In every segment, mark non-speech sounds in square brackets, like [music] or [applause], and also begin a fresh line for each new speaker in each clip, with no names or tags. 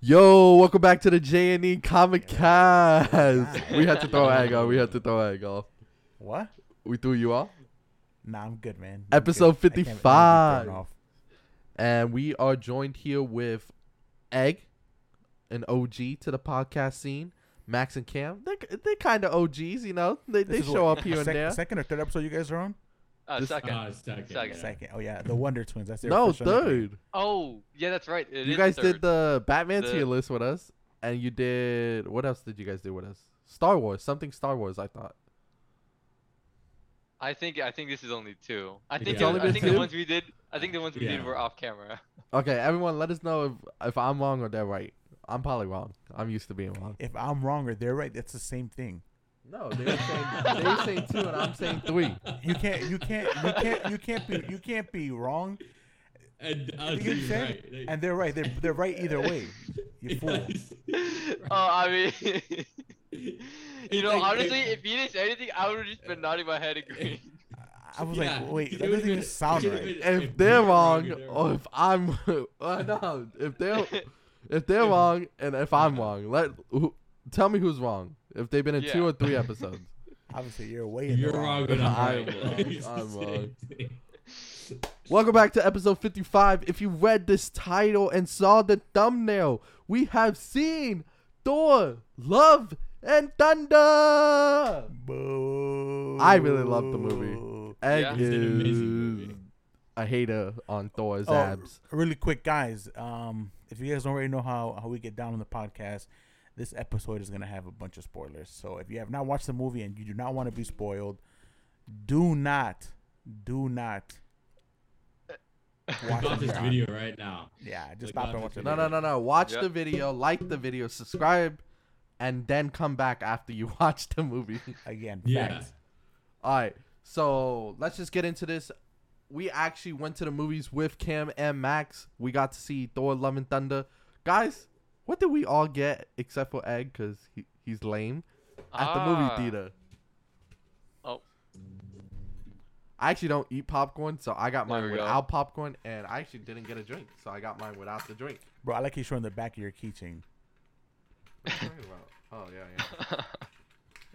Yo, welcome back to the J and E Comic Cast.
[laughs]
We had to throw egg off. We had to throw egg off.
What?
We threw you off,
Nah, I'm good, man. I'm
Episode
good. I can't- I'm
55.
thrown off.
and we are joined here with Egg, an OG to the podcast scene. Max and Cam, they're they kind of OGs, you know. They they
This is
show
what,
up here and
[laughs] sec-
there.
Second or third episode you guys are on?
Uh,
This-
second.
Uh, second.
Second.
yeah.
Second. Oh yeah, the Wonder Twins. That's their
No,
official nickname.
dude,
oh, yeah, that's right. It
you
is
guys
third.
did the Batman
The-
tier list with us, and you did what else did you guys do with us? Star Wars, something Star Wars, I thought.
I think I think this is only two. I
It's
think
only
I
been
think
two?
the ones we did. I think the ones we
Yeah.
did were off camera.
Okay, everyone, let us know if if I'm wrong or they're right. I'm probably wrong. I'm used to being wrong.
If I'm wrong or they're right, that's the same thing.
No, they were saying they were saying two, and I'm saying three.
You can't. You can't. You can't. You can't be. You can't be wrong.
And I
You get what I'm
was thinking,
saying?
right, they-
And they're right. They're they're right either way. You fool.
[laughs] oh, I [laughs] mean, you
It's
know,
like-
honestly,
it-
if you didn't say anything, I would have just been nodding
[laughs]
my head agreeing.
I
[laughs]
was
Yeah,
like, wait,
it
that
would've
doesn't even
been-
sound
it would've
right.
been-
If
if
they're
you're
wrong, oh,
you're
or
wrong.
if I'm [laughs] uh, no, if they're if
[laughs]
they're wrong, and if I'm wrong, let who, tell me who's wrong. If they've been in two
Yeah.
or three episodes,
Obviously, you're way in the
You're wrong, but
I'm
I'm right.
wrong,
[laughs] It's the
I'm
same thing.
welcome back to episode 55. If you read this title and saw the thumbnail, we have seen Thor, Love, and Thunder.
Boo.
I really love the movie. Egg
Yeah.
is
It's an amazing movie.
a hater on Thor's
Oh,
abs.
Really quick, guys. Um, if you guys don't already know how, how we get down on the podcast, this episode is gonna have a bunch of spoilers. So if you have not watched the movie and you do not want to be spoiled, do not, do not watch
Stop
it
this
here.
video right now.
Yeah, just stop
Like,
and
watch
watch
this
it.
No, no, no, no. Watch
Yep.
the video, like the video, subscribe, and then come back after you [laughs] watch the movie.
Again,
Yeah.
facts.
All right. So let's just get into this. We actually went to the movies with Cam and Max. We got to see Thor: Love and Thunder. Guys, what did we all get except for Egg because he, he's lame at
Ah.
the movie theater?
Oh.
I actually don't eat popcorn, so I got
There
mine
we go.
without popcorn, and I actually didn't get a drink, so I got mine without the drink.
bro. I like you showing the back of your keychain.
What are you talking about? Oh yeah, yeah.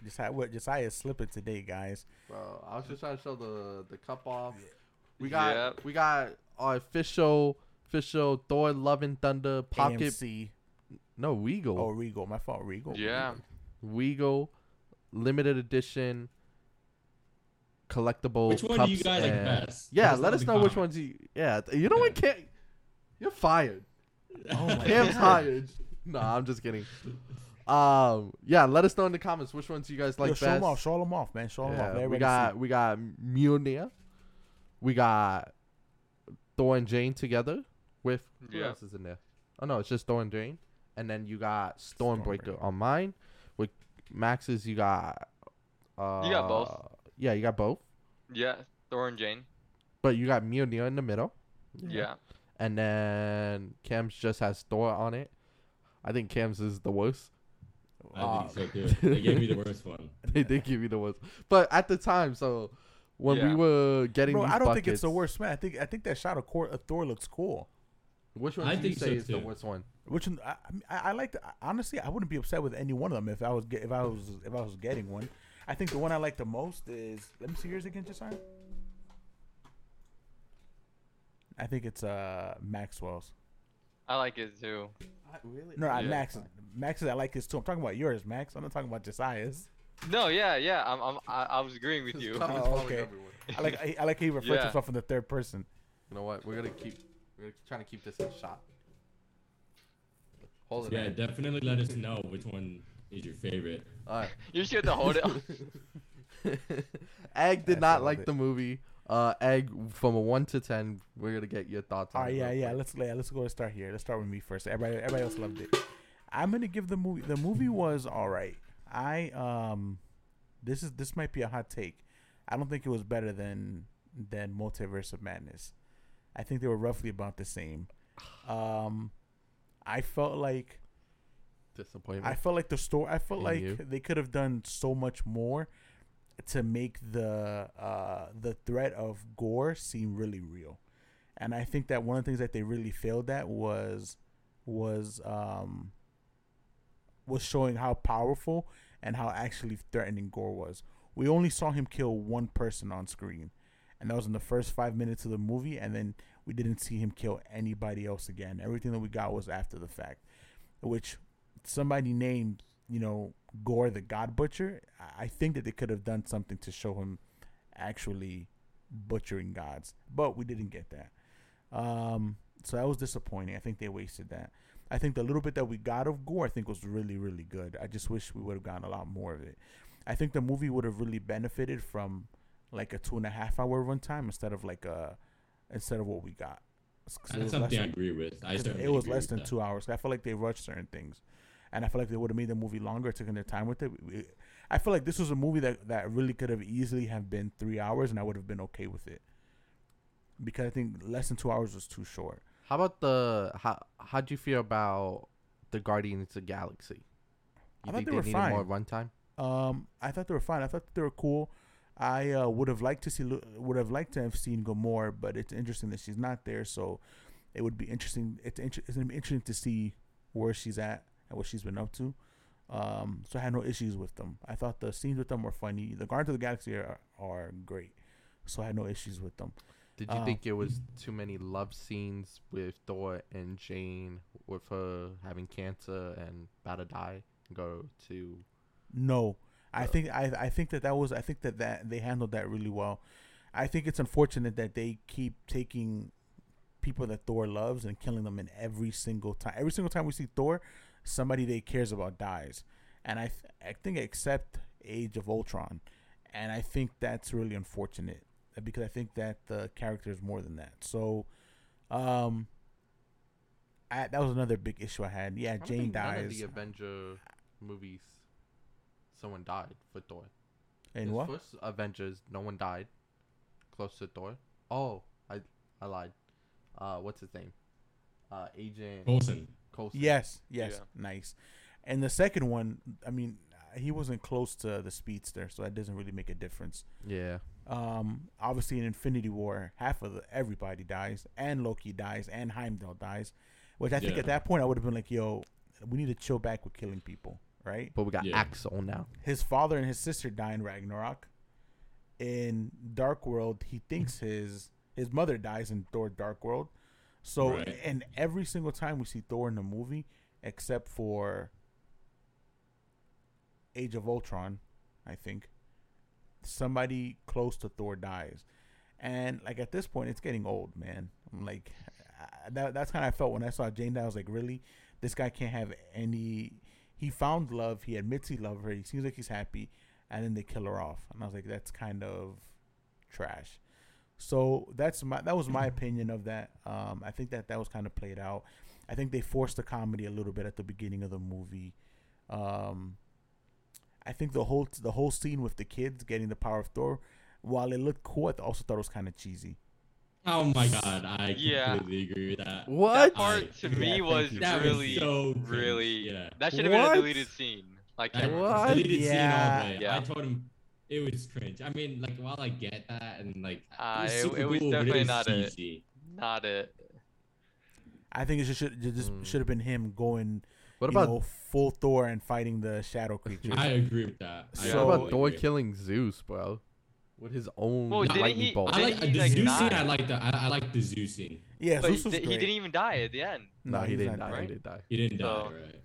Josiah, what Josiah slipped it today, guys.
Bro, I was just trying to show the the cup off. We got
Yep.
we got our official official Thor Love and Thunder pocket.
AMC,
No, Wego.
oh Regal, my fault, Regal.
yeah.
Wego limited edition collectible.
Which one
cups
do you guys like
and-
best?
Yeah,
us
let
in
us
the
know which
comments.
ones you. Yeah, th- you know what, Cam? You're fired.
Oh my [laughs]
Cam's
God.
hired. No, I'm just kidding. Um, yeah, let us know in the comments which ones you guys like
Yo,
best.
show them off, show them off, man. Show them off.
Yeah,
Let
we
everybody
got we got Mjolnir. We got Thor and Jane together with who
Yeah.
else is in there? Oh no, it's just Thor and Jane. And then you got Stormbreaker,
Stormbreaker.
on mine. With Max's, you got. Uh,
You got both.
Yeah, you got both.
Yeah. Thor and Jane.
But you got Mjolnir in the middle.
Yeah.
And then Cam's just has Thor on it. I think Cam's is the worst. [laughs]
I
Uh,
think so too. They gave me the worst one.
They did give you the worst, but at the time, so when we
Yeah.
were getting,
Bro,
these
I don't think it's the
buckets-
worst man. I think I think that shot of, Cor- of Thor looks cool.
Which one
I
do you
think so,
say is the
too.
worst one?
Which one- I, I, I like. The, honestly, I wouldn't be upset with any one of them if I was ge- if I was if I was getting one. I think the one I like the most is. Let me see yours again, Josiah. I think it's uh Maxwell's.
I like it too.
really?
No, not
Yeah.
Max. Max's I like his too. I'm talking about yours, Max. I'm not talking about Josiah's.
No, yeah, yeah. I'm, I'm I, I was agreeing with you.
cup- Oh, okay. I like I, I like how he refers
Yeah.
himself in the third person.
You know what? We're gonna keep. We're trying to keep this in shot. Hold it.
Yeah, definitely let us know which one is your favorite.
All right.
You should have
[laughs]
to hold it.
[laughs]
Egg
I
did not
love
like
it.
the movie. Uh, Egg from a one to ten. We're gonna get your thoughts on.
All right,
it
Ah, yeah,
real
yeah.
quick.
Let's yeah, let's go to start here. Let's start with me first. Everybody, everybody else loved it. I'm gonna give the movie. The movie was all right. I um, this is this might be a hot take. I don't think it was better than than Multiverse of Madness. I think they were roughly about the same. Um, I felt like I
Disappointment.
felt like the story. I felt
And
like
you?
they could have done so much more to make the uh, the threat of gore seem really real. And I think that one of the things that they really failed at was was um was showing how powerful and how actually threatening Gore was. We only saw him kill one person on screen, and that was in the first five minutes of the movie. And then we didn't see him kill anybody else again. Everything that we got was after the fact, which somebody named you know Gore the God Butcher. I- I think that they could have done something to show him actually butchering gods, but we didn't get that. Um, so that was disappointing. I think they wasted that. I think the little bit that we got of Gore, I think was really, really good. I just wish we would have gotten a lot more of it. I think the movie would have really benefited from like a two and a half hour runtime instead of like a instead of what we got. 'Cause it
That's
was less
something I
than-
agree with. I
'cause
certainly
it was
agree
less
with
than
that.
two hours. I feel like they rushed certain things, and I feel like they would have made the movie longer, taking their time with it. It- I feel like this was a movie that that really could have easily have been three hours, and I would have been okay with it. Because I think less than two hours was too short.
How about the how how'd you feel about the Guardians of the Galaxy? You
I thought
think
they
they,
were
needed
fine.
more runtime?
Um, I thought they were fine. I thought they were cool. I uh, would have liked to see Lu- would have liked to have seen Gamora, but it's interesting that she's not there. So it would be interesting. It's, inter- it's gonna be interesting to see where she's at and what she's been up to. Um, so I had no issues with them. I thought the scenes with them were funny. The Guardians of the Galaxy are, are great, so I had no issues with them.
Did you
Uh,
think it was too many love scenes with Thor and Jane with her having cancer and about to die and go to
No, I think I I think that that was I think that that they handled that really well. I think it's unfortunate that they keep taking people that Thor loves and killing them in every single time. Every single time we see Thor, somebody they cares about dies, and I th- I think except Age of Ultron, and I think that's really unfortunate uh, because I think that the character is more than that. So, um. I, that was another big issue I had. Yeah,
I don't
Jane
think None of
dies.
the Avenger movies, someone died for Thor.
And
His
what?
First Avengers, no one died. Close to Thor. Oh, I I lied. Uh, what's his name? Uh, Agent
Coulson.
Coulson.
Yes, yes,
Yeah.
nice. And the second one, I mean, he wasn't close to the speedster, so that doesn't really make a difference.
Yeah.
Um, obviously, in Infinity War, half of the, everybody dies, and Loki dies, and Heimdall dies, which I think
Yeah.
at that point I would have been like, "Yo, we need to chill back with killing people, right?"
But we got
Yeah.
Axel now.
His father and his sister die in Ragnarok. In Dark World, he thinks his his mother dies in Thor Dark World. So
Right.
and every single time we see Thor in the movie, except for Age of Ultron, I think, somebody close to Thor dies. And like at this point, it's getting old, man. I'm like, I- that, that's how I felt when I saw Jane. die. I was like, really, this guy can't have any. He found love. He admits he loved her. He seems like he's happy, and then they kill her off. And I was like, that's kind of trash. So that's my that was my opinion of that. Um, I think that that was kind of played out. I think they forced the comedy a little bit at the beginning of the movie. Um, I think the whole the whole scene with the kids getting the power of Thor, while it looked cool, I also thought it was kind of cheesy.
Oh my god, I
Yeah.
completely agree with that.
What?
That part to
Yeah,
me
thank
was
you.
That was
really,
so cringe,
really.
yeah.
That should have been a
What?
deleted scene. Like
I-
that.
What?
Deleted
Yeah.
scene all the way.
Yeah.
I told him it was cringe. I mean, like while I get that and like
Uh,
it's
it-
super
it was
cool, but
definitely
was
not a-
cheesy.
not it.
I think it just should it just
Mm.
should have been him going
What
you
about
know, full Thor and fighting the shadow creature.
I agree with that. I
Yeah.
what
So-
about
totally
Thor
agree.
killing Zeus, bro? With his own
Well, didn't
lightning
he-
bolt.
I
Didn't
like
he,
the
like,
zoo
not-
scene. I like the I, I like the zoo scene.
yeah,
But
Zeus
he,
was
he
great.
didn't even die at the end.
no, he
he's
didn't die.
not dead.
He
right?
didn't die.
He didn't
So-
die, right?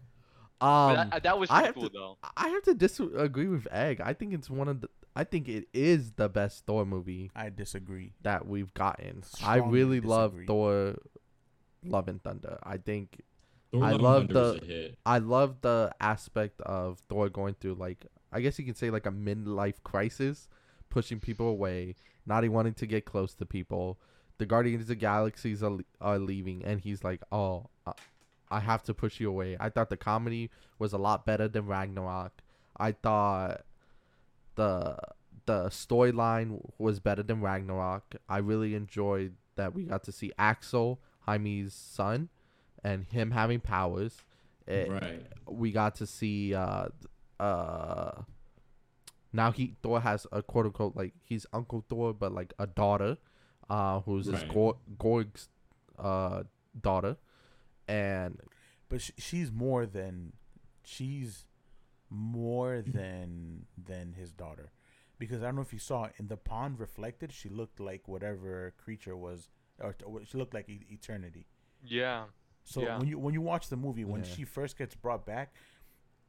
Um,
But that, that was
I
pretty
have to-
cool though.
I have to disagree with Egg. I think it's one of the. I think it is the best Thor movie
I disagree.
that we've gotten. I
Strongly
really love
disagree.
Thor, Love and Thunder. I think
Thor
I
Love and
love
Thunder was
the-
a hit.
I love the aspect of Thor going through like I guess you can say like a midlife crisis, pushing people away, not even wanting to get close to people. The Guardians of the Galaxies are, are leaving, and he's like, "Oh, I- I have to push you away." I thought the comedy was a lot better than Ragnarok. I thought the the storyline was better than Ragnarok. I really enjoyed that we got to see Axel, Jaime's son, and him having powers. It-
right.
we got to see uh uh now he Thor has a quote unquote like he's Uncle Thor but like a daughter uh who's his
Right.
Gor- Gorg's uh daughter and
but sh she's more than she's more than than his daughter because I don't know if you saw in the pond reflected she looked like whatever creature was or t- she looked like e- eternity.
Yeah.
So
Yeah.
when you when you watch the movie, when
Yeah.
she first gets brought back,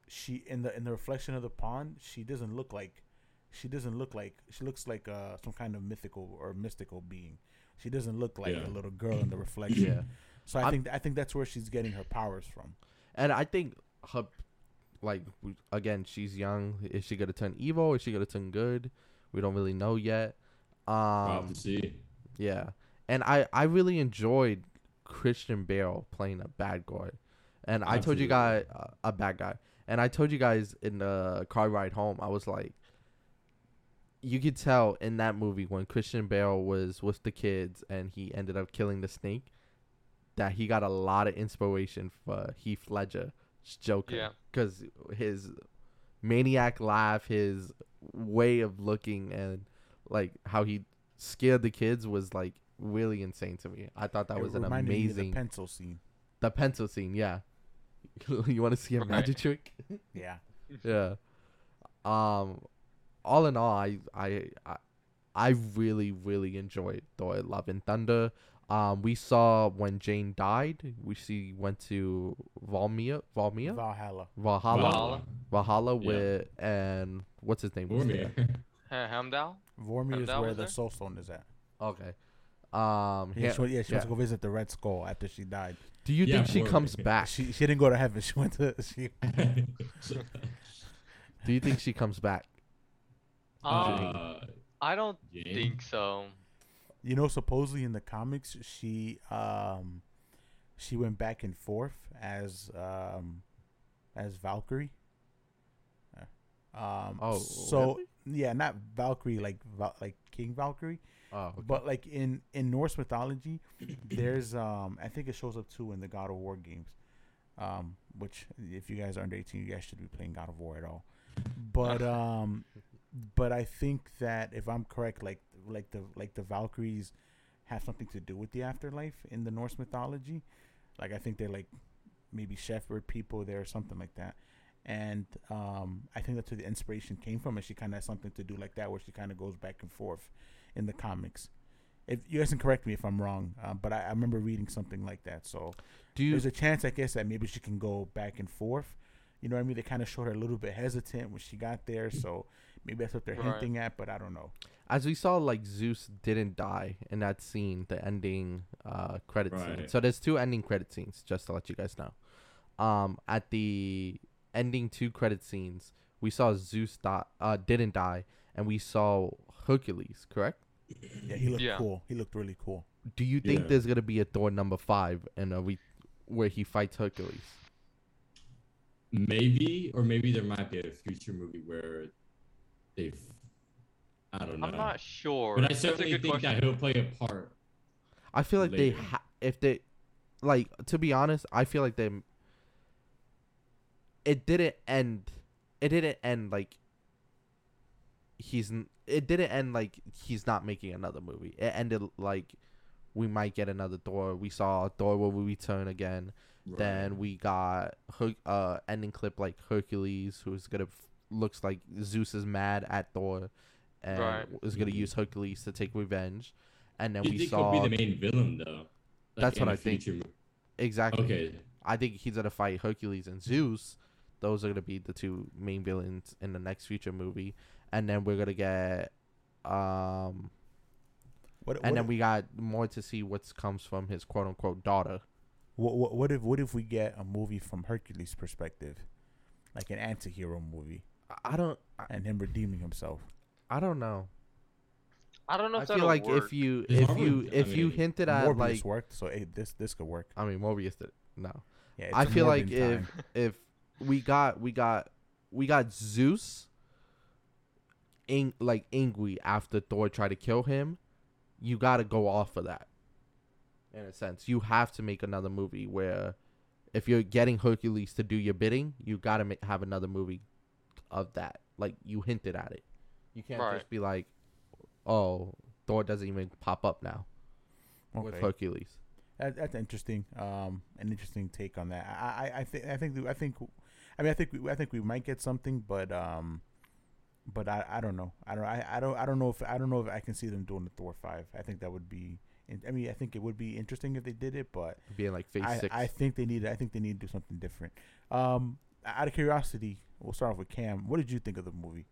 she in the in the reflection of the pond, she doesn't look like she doesn't look like she looks like uh, some kind of mythical or mystical being. She doesn't look like
Yeah.
a little
[clears throat]
girl in the reflection.
Yeah.
So I
I'm-
think I think that's where she's getting her powers from.
And I think her, like w- again, she's young. Is she gonna turn evil? Is she gonna turn good? We don't really know yet.
I'll
Um,
have to see.
yeah, and I I really enjoyed Christian Bale playing a bad guy, and I told you guys
Absolutely.
uh, a bad guy, and I told you guys in the car ride home, I was like, you could tell in that movie when Christian Bale was with the kids and he ended up killing the snake, that he got a lot of inspiration for Heath Ledger's Joker,
Yeah.
because his maniac laugh, his way of looking, and like how he scared the kids was like really insane to me. I thought that
It
was an
reminded me of
amazing
the pencil scene.
the pencil scene. Yeah, [laughs] you want to see a
Right.
magic trick?
Yeah,
[laughs]
yeah. Um, all in all, I I I, I really really enjoyed Thor: Love and Thunder. Um, we saw when Jane died. We see went to Valmia, Valmia,
Valhalla.
Valhalla,
Valhalla.
Valhalla
Yeah.
with and what's his name? was
[laughs]
there.
Vormir.
Huh, Heimdall?
Vormir
And
is
that
where
was
the
there?
Soul Stone is at.
Okay. Um,
Yeah,
yeah.
she, went- yeah, she went
yeah.
to go visit the Red Skull after she died.
do you
Yeah,
think she
Vormir. [laughs]
comes back?
She she didn't go to heaven. [laughs] She went to she.
Do you think she comes [laughs] back?
Um,
[laughs] uh,
I don't
Jane?
think so.
You know, supposedly in the comics, she um, she went back and forth as um, as Valkyrie. Um,
Oh,
so yeah, not Valkyrie like Val- like King Valkyrie,
Oh, okay.
but like in in Norse mythology, there's um, I think it shows up too in the God of War games, um, which if you guys are under 18, you guys should be playing God of War at all. But um, but I think that if I'm correct, like like the like the Valkyries have something to do with the afterlife in the Norse mythology. Like I think they're like maybe shepherd people there or something like that. And um, I think that's where the inspiration came from, and she kind of has something to do like that, where she kind of goes back and forth in the comics. If you guys can correct me if I'm wrong, uh, but I, I remember reading something like that. So
do you
there's a chance, I guess, that maybe she can go back and forth. You know what I mean? They kind of showed her a little bit hesitant when she got there, so maybe that's what they're
Right.
hinting at. But I don't know.
as we saw like zeus didn't die in that scene the ending uh credit scene
Right.
so there's two ending credit scenes just to let you guys know um at the ending two credit scenes we saw zeus die uh didn't die and we saw hercules correct
Yeah, he looked
Yeah.
cool. He looked really cool.
do you think
Yeah.
there's gonna be a thor number five and a we where he fights hercules
maybe, or maybe there might be a future movie where they've. I don't know.
I'm not sure.
But I
That's a
certainly
good
think
question.
that he'll play a part.
i feel like
Later.
they ha- if they like to be honest i feel like they it didn't end it didn't end like he's n- it didn't end like he's not making another movie it ended like we might get another Thor. We saw Thor will return again. Then we got Her- uh ending clip like Hercules, who's gonna f- looks like Zeus is mad at Thor, and
Right.
is gonna
Mhm.
use Hercules to take revenge. And then
you
we
think
saw
he'll be the main villain though? Like,
That's
in
what
a
I think.
future mo-
exactly.
Okay. Mm-hmm.
I think he's gonna fight Hercules and Zeus. Those are gonna be the two main villains in the next future movie, and then we're gonna get, um,
What,
and
what-
then we got more to see what comes from his quote unquote daughter.
What, what what if what if we get a movie from Hercules' perspective, like an anti-hero movie,
I- I don't, I,
and him redeeming himself?
I don't know.
I don't know if
I
that'll
feel like
work.
if you
Does
if
Marvel-
you
I
if you
mean,
hinted at
Morbius
like
worked, so eh, this this could work.
I mean Morbius did no.
Yeah,
I
it's a
feel like
Morbin
if
time.
if we got we got we got Zeus, in, like Ingwe after Thor tried to kill him, you got to go off of that. In a sense, you have to make another movie where, if you're getting Hercules to do your bidding, you got to have another movie of that. Like you hinted at it, you can't
Right.
just be like, oh, Thor doesn't even pop up now with
Okay.
Hercules.
That, that's interesting. Um, an interesting take on that. I, I, I think, I think, I think, I mean, I think, we, I think we might get something, but, um, but I, I don't know. I don't, I, I don't, I don't know if, I don't know if I can see them doing the Thor five. I think that would be, I mean, I think it would be interesting if they did it, but
Being like phase
I,
six.
I think they need. I think they need to do something different. Um, out of curiosity, we'll start off with Cam. What did you think of the movie?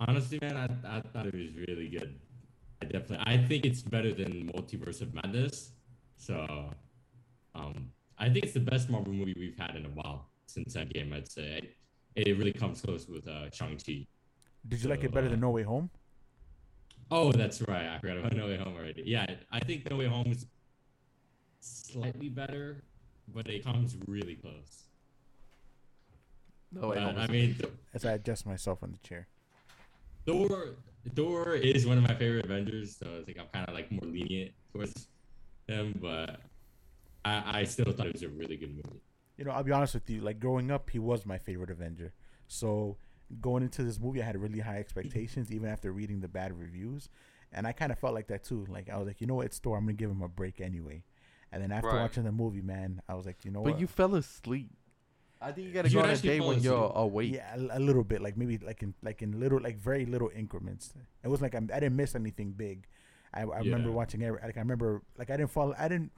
Honestly, man, I, I thought it was really good. I definitely, I think it's better than Multiverse of Madness. So, um, I think it's the best Marvel movie we've had in a while since that game. I'd say it, really comes close with uh, Shang Chi.
Did you like it better than No Way Home?
Oh, that's right. I forgot about No Way Home already. Yeah, I think No Way Home is slightly better, but it comes really close.
no, wait,
But,
hold on.
I mean, Th-
As I adjust myself on the chair.
Thor, Thor is one of my favorite Avengers, so I think I'm kind of like more lenient towards him, but I, I still thought it was a really good movie.
You know, I'll be honest with you. Like growing up, he was my favorite Avenger. So going into this movie, I had really high expectations, even after reading the bad reviews. And I kind of felt like that too. Like I was like, you know what, it's Thor. I'm gonna give him a break anyway. And then after
Right.
watching the movie, man, I was like, you know
But
what?
you fell asleep. I think you gotta
You
go on a
actually
day
fall
when you're
asleep.
awake.
Yeah, a, a little bit, like maybe like in like in little like very little increments. It was like I'm, I didn't miss anything big. I, I remember
Yeah.
watching every like I remember like I didn't fall I didn't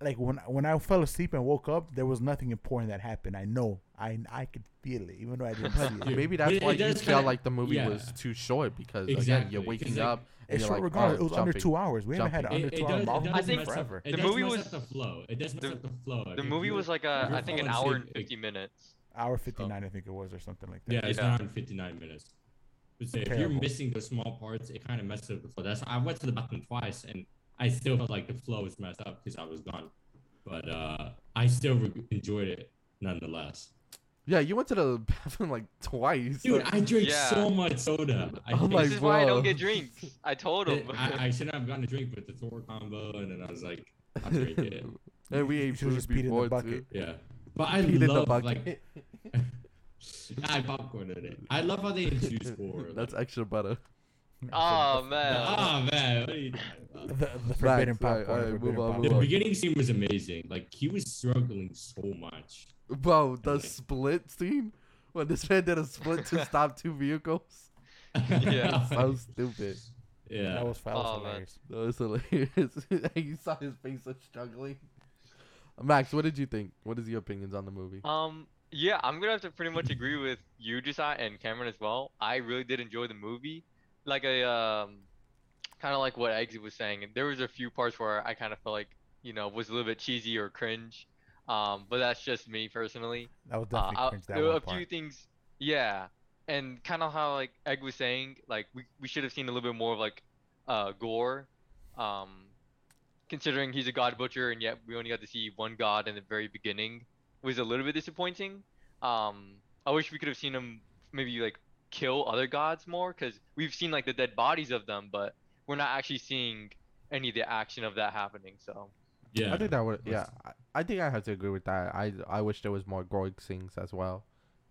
like when when I fell asleep and woke up there was nothing important that happened. I know I I could feel it even though I didn't see it.
[laughs] Yeah.
Maybe
But
that's
it-
why
it
you
does
felt
kinda-
like the movie
yeah.
was too short because again
Exactly,
you're
'cause,
waking
like,
up. And
It's
you're
short
like,
regardless.
oh,
it was under
jumping.
two hours. We haven't had
jumping.
an under two hour Marvel
I
movie in
think-
forever.
It
The
does
movie
mess
was-
up the flow. It does mess
the-
up the flow.
The
If
movie
you-
was like
if
a,
you're
I think an
falling
hour and
asleep, it-
50 minutes.
Hour fifty nine, I think it was, or something like that. [laughs]
Yeah, it's
Yeah.
around 59 minutes. But say if you're
Terrible.
missing those small parts, it kind of messes up the flow. That's I went to the bathroom twice, and I still felt like the flow was messed up because I was gone. But uh, I still re- enjoyed it nonetheless.
Yeah, you went to the [laughs] bathroom like twice.
Dude, I drank
Yeah.
so much soda. I
I'm
think
like,
This is why I
whoa.
don't get drinks. I
[laughs]
told
that
him.
I, I shouldn't have gotten a drink, but the Thor combo, and then I [laughs] was like, I'll drink it.
and we
You
ate
should've
food
just peed in the
before too.
bucket.
Yeah, but I
Peed in the
love like
[laughs]
bucket.
I popcorn in it. I love
[laughs]
how they introduce Thor.
That's
like,
extra butter.
[laughs] oh man.
oh man, what are you talking about?
the, the forbidden
Facts. All right,
popcorn.
all
the
right, move on,
forbidden
move
The
on.
popcorn.
beginning scene was amazing. Like he was struggling so much.
[laughs] Bro, the
Okay.
split scene when this man did a split
[laughs]
to stop two vehicles.
Yeah.
So stupid.
yeah.
That was, that was
Oh, man.
hilarious.
That was hilarious. [laughs] you saw his face of struggling. Max, what did you think? What is your opinions on the movie?
Um. Yeah, I'm gonna have to pretty much agree with you, Josiah, and Cameron as well. I really did enjoy the movie. Like I um, kind of like what Eggsy was saying. There was a few parts where I kind of felt like you know was a little bit cheesy or cringe. Um, but that's just me personally.
That was
Uh,
definitely
I-
cringe, that
there were
one
a
part.
few things, yeah, and kind of how like Egg was saying, like we, we should have seen a little bit more of like uh, gore, um, considering he's a god butcher, and yet we only got to see one god in the very beginning was a little bit disappointing. Um, I wish we could have seen him maybe like kill other gods more because we've seen like the dead bodies of them, but we're not actually seeing any of the action of that happening. So
yeah.
I think that would yeah.
Let's-
I, I think I have to agree with that. I I wish there was more Groig sings as well.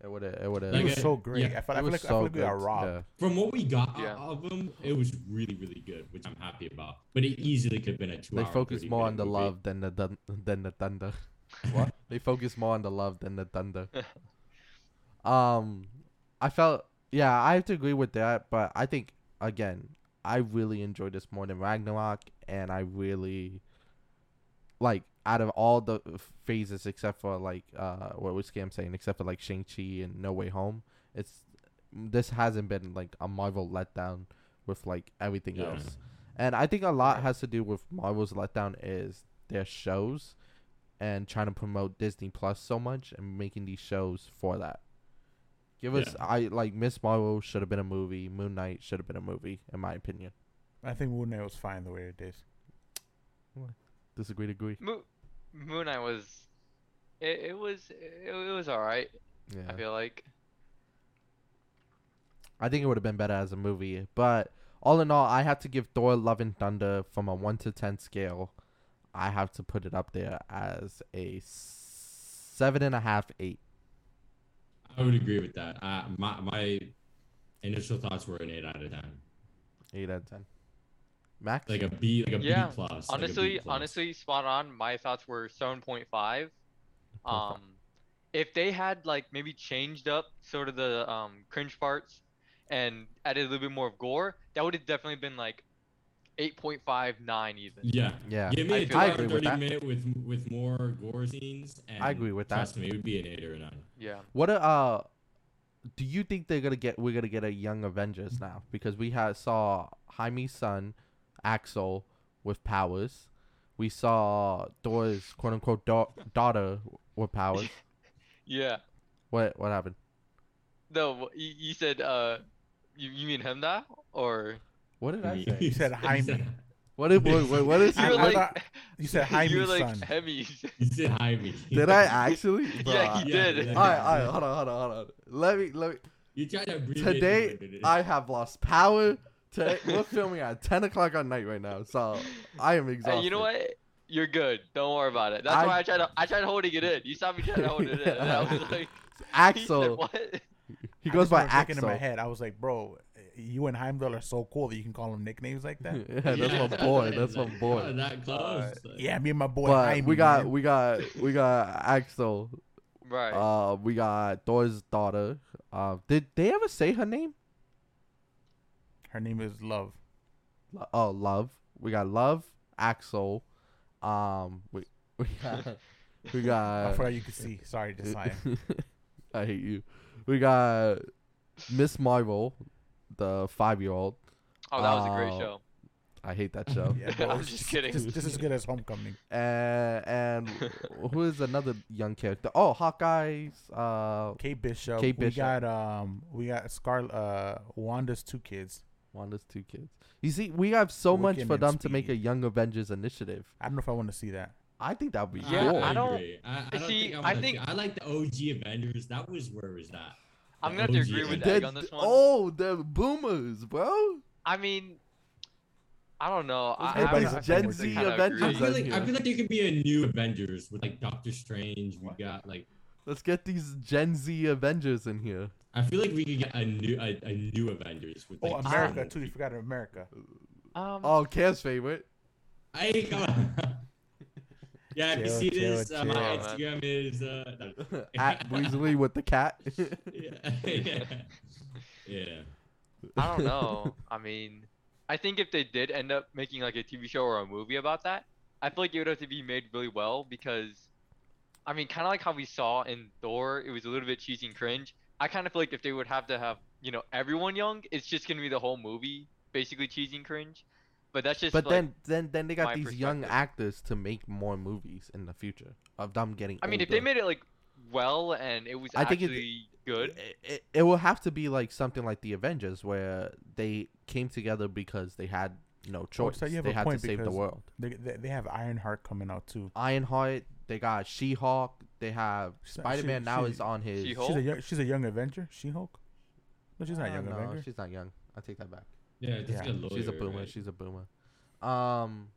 It would it would have.
It
Like,
was
uh,
so great.
yeah,
I felt, I feel like, I feel like we got robbed.
From what we got
Yeah.
out of him, it was really, really good, which I'm happy about. But it easily could have been a two.
They focus more on the love than the dun- than the thunder.
What?
They focus more on the love than the thunder. um, I felt yeah, I have to agree with that, but I think again, I really enjoyed this more than Ragnarok, and I really like out of all the phases except for like uh what was Cam saying except for like Shang Chi and No Way Home, it's this hasn't been like a Marvel letdown with like everything
Yeah.
else. And I think a lot has to do with Marvel's letdown is their shows and trying to promote Disney Plus so much and making these shows for that. Give us I like Miss Marvel should have been a movie, Moon Knight should have been a movie, in my opinion.
I think Moon Knight was fine the way it is.
Disagree agree.
Mo- Moon Knight was, it, it was it, it was all right.
Yeah.
I feel like.
I think it would have been better as a movie. But all in all, I have to give Thor Love and Thunder from a 1 to 10 scale. I have to put it up there as a 7.5, 8.
I would agree with that. Uh, my my initial thoughts were an eight out of ten.
8 out of 10. Max.
like a B, like a B
Yeah,
plus. like a B
honestly,
plus.
honestly, spot on. My thoughts were seven point five. Um, if they had like maybe changed up sort of the um cringe parts and added a little bit more of gore, that would have definitely been like eight point five nine even.
yeah.
yeah.
Give me
I
a
feel
two
I
hour
agree with
thirty
that.
minute with with more gore scenes. And
I agree with that.
Trust me, it would be an eight or a nine.
Yeah.
What a, uh, do you think they're gonna get? We're gonna get a young Avengers now because we had saw Jaime's son, Axel, with powers. We saw Thor's quote unquote da- daughter with
[laughs]
powers.
Yeah.
What what happened?
No, you, you said uh, you, you mean him now or
What did
[laughs]
I say?
You-
said Jaime.
What did what, what, what is
I- [laughs]
[laughs] you
I
were
it?
like
thought- you
[laughs]
said
you were
Jaime's
like
son.
[laughs] Hemis.
You said Jaime.
Did
[laughs]
I actually? Bro,
yeah, he
Yeah,
did.
all
[laughs]
right, all right, hold on, hold on, hold on. Let me, let me.
You tried to abbreviate.
Today,
it, but it-
I have lost power. Today, we're filming at 10 o'clock at night right now, so I am exhausted.
Hey, you know what? You're good. Don't worry about it. That's
I-
why I tried. To, I tried holding it in. You saw me trying to hold it in. And I
[laughs]
was like, [laughs] he said, [laughs]
Axel.
what?
He
I
goes
just
by
started thinking
Axel.
In my head, I was like, bro, you and Heimdall are so cool that you can call them nicknames like that.
[laughs]
[laughs] yeah, that's
[laughs]
my boy. That's my
like, oh,
boy.
That close. like-
yeah, me and my boy.
But
Jaime,
we got,
man.
we got, we got Axel.
Right.
Uh, we got Thor's daughter. Uh, did they ever say her name?
her name is Love.
Lo- Oh, love. We got love. Axel. Um, we [laughs] we
[laughs]
got Uh, [laughs] we
I
got.
forgot you could see.
[laughs]
Sorry, Josiah.
I hate you. We got Miss Marvel, the five-year-old.
oh, that was a great
uh,
show.
I hate that show.
[laughs] Yeah,
[laughs] I
bro,
was
it's
just kidding.
Just, just as good as Homecoming.
And and [laughs] who is another young character? Oh, Hawkeye's. Uh,
Kate Bishop.
Kate
We
Bishop.
got um, we got Scarlet. Uh, Wanda's two kids.
Wanda's two kids. You see, we have so much
Wiccan
for
and
them to make a
Speedy.
Young Avengers initiative.
I don't know if I want to see that.
I think that would be
Yeah,
cool.
I don't-
agree. I, I don't
See,
think
I
I, I
think-
think I like the OG Avengers. That was where it was that.
[laughs] I'm
the
gonna have to
OG
agree with
Avengers.
They're-
Egg on this one.
Oh, the boomers, bro.
I mean, I don't know. I,
Everybody's
I, I
a Gen
kinda
Z
agree.
I
Avengers.
feel like
Yeah.
I feel like there could be a new Avengers with like Doctor Strange. We got like
Let's get these Gen Z Avengers in here.
I feel like we could get a new a, a new Avengers with like
Oh,
just
America
one
too. You
movie.
forgot America.
Um,
Oh, Cam's favorite. [laughs]
Hey, come on. [laughs] yeah, if you
Chill,
see
chill,
this, uh, my
chill,
man.
Instagram is uh, [laughs] no.
[laughs]
At Weasley with the cat.
yeah, [laughs] yeah, yeah.
I don't know.
[laughs]
I mean, I think if they did end up making like a TV show or a movie about that, I feel like it would have to be made really well because, I mean, kind of like how we saw in Thor, it was a little bit cheesy and cringe. I kind of feel like if they would have to have you know everyone young, it's just gonna be the whole movie basically cheesy and cringe. But that's
[laughs]
just
but
like,
then, then, then they got
my
these young
perspective.
actors to make more movies in the future of them getting.
I mean, if they made it like well and it was
Oh, I think it-
actually good,
It, it, it will have to be like something like the Avengers, where they came together because they had no choice.
so you have
they
a
had to
point
save the
because-
world.
They, they, they have Ironheart coming out too.
Ironheart. They got She-Hulk. They have
She-
Spider-Man.
she-
now
she-
is on his.
She-Hulk?
She's
Hulk?
a young, she's a young Avenger. She Hulk. No, she's not a
Uh,
young
no,
Avenger.
she's not young. I take that back.
Yeah, just
Oh, Yeah,
get lawyer,
she's a boomer.
right?
She's a boomer. Um,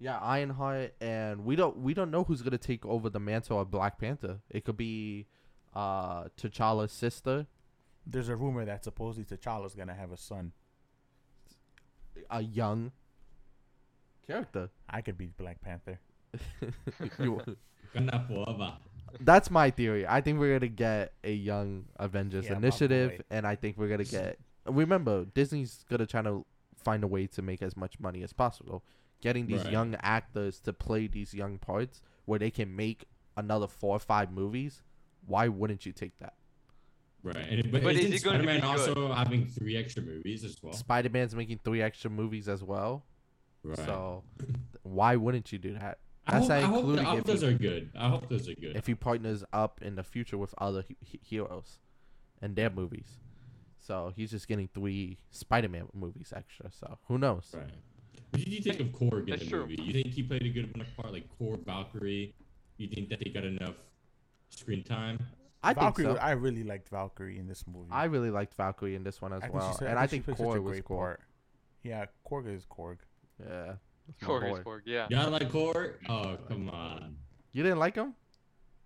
yeah, Ironheart, and we don't we don't know who's gonna take over the mantle of Black Panther. It could be, uh, T'Challa's sister,
There's a rumor that supposedly T'Challa's gonna have a son.
a young character. [laughs]
I could be Black Panther.
[laughs]
You-
Wakanda forever.
that's my theory. I think we're gonna get a young Avengers
Yeah, my
initiative,
boy.
and I think we're gonna get. Remember, Disney's gonna try to find a way to make as much money as possible. Getting these
Right.
young actors to play these young parts where they can make another four or five movies. Why wouldn't you take that?
Right, and it, but,
But is
isn't
it going to be
Spider-Man
good?
also having three extra movies as well?
Spider Man's making three extra movies as well,
Right.
so why wouldn't you do that?
I hope,
not
I hope, the,
including
I hope
if
those
you-
are good. I hope those are good.
if he partners up in the future with other he- he- heroes and their movies. So he's just getting three Spider-Man movies extra. So who knows?
Right. What did you think of Korg in
That's
the
true.
movie? You think he played a good enough part, like Korg Valkyrie? You think that they got enough screen time?
I think
Valkyrie.
so.
was-
I,
I really liked Valkyrie in this movie.
really liked Valkyrie in this one as
think she
well,
said-
and I
she
think
played such a
Korg was
great
cool.
part. Yeah, Korg is Korg.
Yeah, that's my
Korg is
boy.
Korg, yeah.
Y'all like Korg? Oh, come on.
You didn't like him?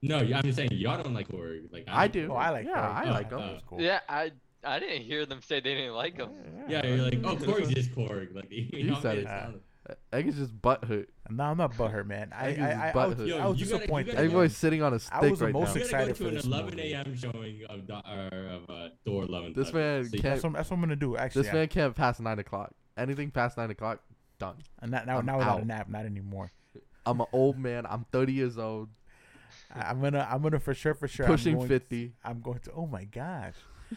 No, y- I'm just saying y'all don't like Korg. Like
I
like
do.
Oh,
Korg.
I like.
Yeah,
Korg.
I
Oh,
like
thought
him.
it was cool.
Yeah, I I didn't hear them say they didn't like him.
Yeah, you're like, oh, Korg's just Korg. Like, [laughs] you
You
know,
said
it
it.
sounded-
Egg is just butt hurt.
No, I'm not butthurt, man. I,
Egg is
I, I, I,
butthurt.
was,
Yo,
I was
you gotta- you
disappointed.
gotta go-
Everybody's sitting on a stick
I was
right
the most
now.
You gotta go
excited
to
for
an
this
11
movie.
a.m. showing of, Do- or of uh, Thor Love and
This
Thunder.
man
So you-
can't-
That's what, that's what I'm gonna do. Actually,
This man can't pass nine o'clock. Anything past nine o'clock, done.
and not, now,
I'm
now without
out.
a nap, not anymore.
I'm an old man. I'm 30 years old,
I- I'm gonna, I'm gonna for sure, for sure. I'm
pushing
going-
50.
I'm going to. Oh my
[laughs]
gosh.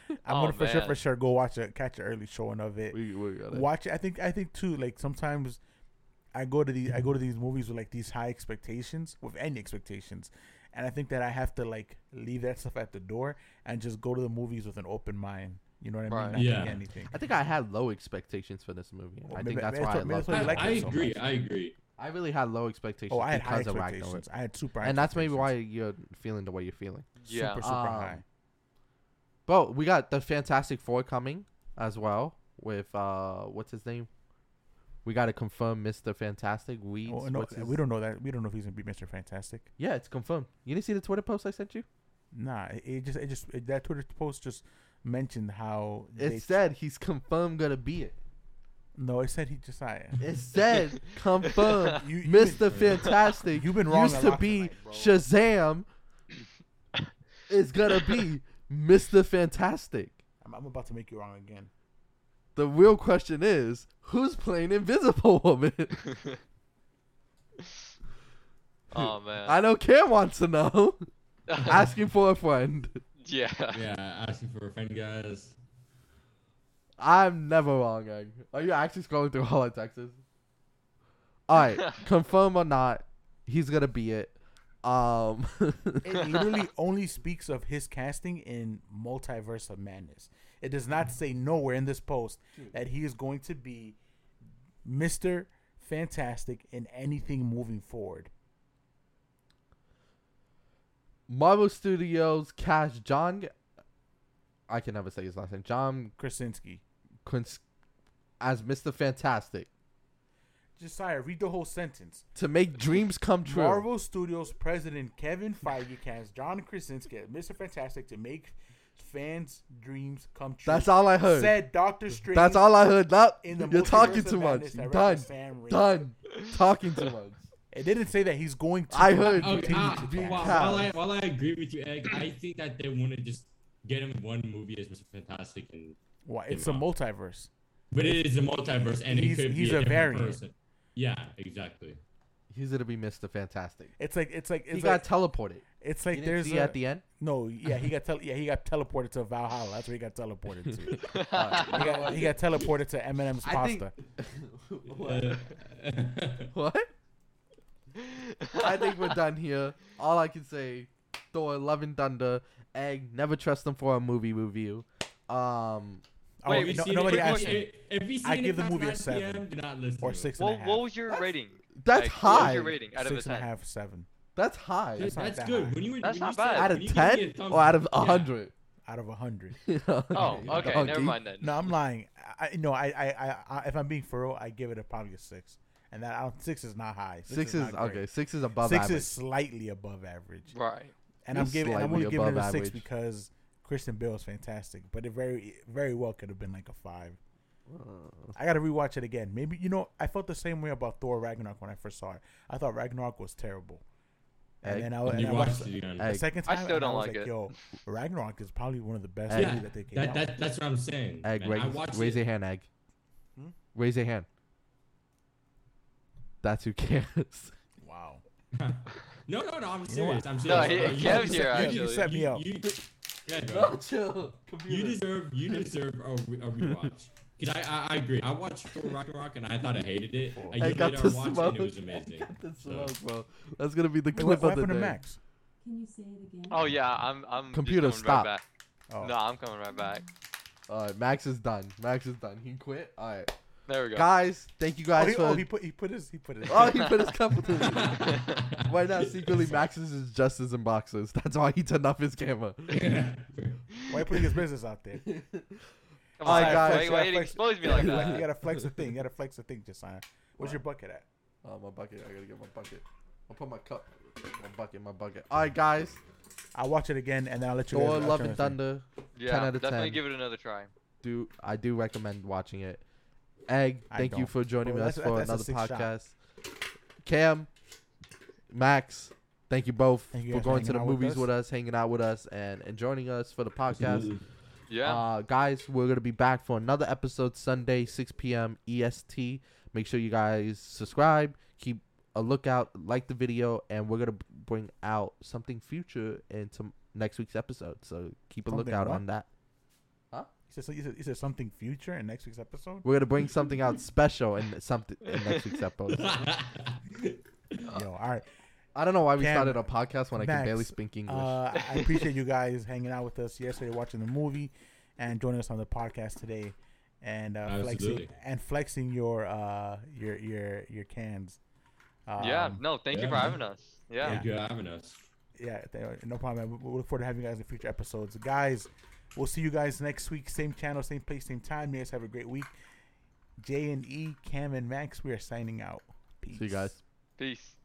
I'm
Oh,
gonna for sure,
man.
for sure go watch a catch an early showing of it.
We, we got it.
watch it. I think I think too. Like sometimes I go to these I go to these movies with like these high expectations, with any expectations, and I think that I have to like leave that stuff at the door and just go to the movies with an open mind. You know what I mean?
Right.
Not
Yeah.
think anything.
I think I had low expectations for this movie.
Well,
I
maybe-
think that's
maybe
why I
that's
love
what-
it.
maybe that's why
I,
you like it
I
so
agree.
much.
I agree.
really had low expectations
Oh, I had high
because of
expectations.
Ragnarok.
I had super, high
And that's maybe why
expectations.
you're feeling the way you're feeling.
Yeah.
super super
Um,
high.
But we got the Fantastic Four coming as well with uh what's his name? We got to confirm Mr. Fantastic. Weeds.
Well, Oh, no,
what's his-
we don't know that. We don't know if he's gonna be Mister Fantastic.
Yeah, it's confirmed. You didn't see the Twitter post I sent you?
Nah, it, it just it just it, that Twitter post just mentioned how
It
they-
said he's confirmed gonna be it.
no. It said he
[laughs]
just I. [laughs]
It said confirmed.
You- you
Mr.
been-
Fantastic
You've been wrong
used
a
to
lot
be
tonight,
bro.
Shazam. is gonna be Mr. Fantastic.
I'm, I'm about to make you wrong again.
The real question is, who's playing Invisible Woman?
oh man.
I know Cam wants to know. [laughs] Asking for a friend.
yeah.
Yeah, asking for a friend, guys.
I'm never wrong, Egg. Are you actually scrolling through all our texts? Alright, confirm or not, he's gonna be it. Um [laughs]
it literally only speaks of his casting in Multiverse of Madness. It does not say nowhere in this post that he is going to be Mr. Fantastic in anything moving forward.
Marvel Studios Cash John I can never say his last name. John
Krasinski.
Quince as Mr. Fantastic.
Josiah, read the whole sentence.
To make dreams come true.
Marvel Studios president Kevin Feige cast John Krasinski as Mr. Fantastic to make fans' dreams come true.
That's all I heard.
Said Doctor Strange.
That's all I heard. Not,
in the
you're talking
Multiverse
too
of
much.
Madness directed
Done.
Sam Raimi.
Done. [laughs] Talking too much.
It didn't say that he's going to.
I heard.
Okay,
[laughs] Continue
ah,
to
while,
cast.
while I, while I agree with you, Egg, I think that they want to just get him one movie as Mr. Fantastic, and
Why? It's a multiverse.
but it is a multiverse, and
He's-
it could
he's
be a,
a
different
variant.
person. Yeah, exactly.
He's gonna be Mr. Fantastic.
It's like it's like it's
he got
like,
teleported.
It's
You
[laughs] like
didn't
there's
see
a,
at the
[laughs]
end.
no, yeah, he got tele- yeah, he got teleported to Valhalla. That's where he got teleported to. he,
Alright.
got, he got teleported to Eminem's
I think-
pasta.
[laughs]
what?
Uh,
What? I think we're done here. All I can say, Thor, Love and Thunder, Egg. Never trust them for a movie review. Um,
Oh,
Wait,
you
we've
know-
seen it.
nobody
Wait,
asked
wait,
him.
If, if you
I
seen
give the
it past
movie a
9
seven.
PM, do not listen.
Or
to it.
six and a
What,
half.
what was your rating?
that's
Like, What was
high.
your rating out of a
Six and a
ten?
half, seven
That's high.
Dude,
That's not
that's
that
good.
high.
When you were,
That's
when
not
you said-
bad.
out
when
of
you give me a
ten
thumbs
or out of
up- yeah.
hundred? [laughs]
out of a hundred.
Oh, okay. Never mind then.
No, I'm lying. I I- no, I, I, I, I, if I'm being for real, I give it a probably a six, and that I don't, six is not high. Six,
Six
is,
is
not great.
okay. Six is above
six
average.
is slightly above average,
Right.
and I'm
You're
giving, and I'm only
slightly
giving it a
above
six
average.
because Kristen Bale is fantastic, but it very, very well could have been like a five. I gotta rewatch it again. Maybe you know I felt the same way about Thor Ragnarok when I first saw it. I thought Ragnarok was terrible, and
Egg.
then I,
When
and
you
I
watched
watched
it again.
the
Egg.
second
I
time.
still
and
don't
was
like it.
Yo, Ragnarok is probably one of the best
Egg.
Yeah,
movies that they came
that,
out.
that, that's what I'm saying.
Egg,
man. I watched
raise, raise
it.
your hand, Egg.
Hmm?
Raise your hand. That's who cares.
with. wow.
No, no, no. I'm
You know what?
serious. I'm
No,
serious.
he-
Bro,
he can't
you-
you
be here,
set-
you-
you
actually.
set me
you-
up.
you- yeah,
[laughs]
bro.
chill.
You deserve you deserve a, re- a rewatch. Cause I, I I agree. I watched Thor Ragnarok and I thought I hated it. A year
I got
later
the
I watched it
smoke.
and it
[laughs]
was amazing. [laughs]
Got the
So-
smoke, bro. That's gonna be the
Wait,
clip
what, what
of the
happened to
day.
Max?
Can you say it again?
Oh yeah, I'm I'm just
Computer,
coming
stop.
Right back.
Oh.
No, I'm coming right back.
All right, Max is done. Max is done. He quit. All right,
There we go.
guys. Thank you
Oh,
guys
he,
for.
oh, he put he put his he put his.
Oh, he put his cup. in the- Right [laughs]
Why
now, secretly, Max is just justice in boxes. That's why he turned off his camera.
Why you putting his business out
[laughs]
there?
Come
All
on,
right, guys.
Why, why you
Flex- [laughs]
expose me
You
like
gotta- you
that?
gotta flex the thing. You gotta flex the thing, Josiah. Where's your bucket at?
Oh, my bucket. I gotta get my bucket. I'll put my cup. My bucket, my bucket. All right, guys.
I'll watch it again and then I'll let you
Thor:
guys.
Oh, Love and Thunder.
Yeah,
10 out of
definitely
10.
give it another try.
Do I do recommend watching it? Egg,
I
thank you
don't.
for joining
Well,
us
that's-
for
that's a
another
six shot.
podcast. Cam, Max, thank you both
Thank you
for
guys for
going to the
hanging out with
movies
us.
with us, hanging out with us, and, and joining us for the podcast.
Yeah.
Uh, guys, we're going to be back for another episode Sunday, 6 p.m. EST. E Make sure you guys subscribe, keep a lookout, like the video, and we're going to bring out something future into next week's episode. So keep a
Something
lookout
what?
on that.
Is there, is, there, is there something future in next week's episode?
We're going to bring something out special in something in next week's
[laughs]
episode. Uh,
Yo, all right.
I don't know why we
Cam,
started a podcast when I can
Max,
barely speak English.
Uh, I appreciate you guys hanging out with us yesterday, watching the movie, and joining us on the podcast today, and uh, flexing
Absolutely.
and flexing your uh, your your your cans. Um,
yeah. No, thank you for
yeah.
having us. Yeah.
Thank you for having us.
yeah, th- no problem. man. We- We look forward to having you guys in future episodes, guys. We'll see you guys next week, same channel, same place, same time. You guys have a great week. J and E, Cam and Max, we are signing out. Peace.
See you guys.
Peace.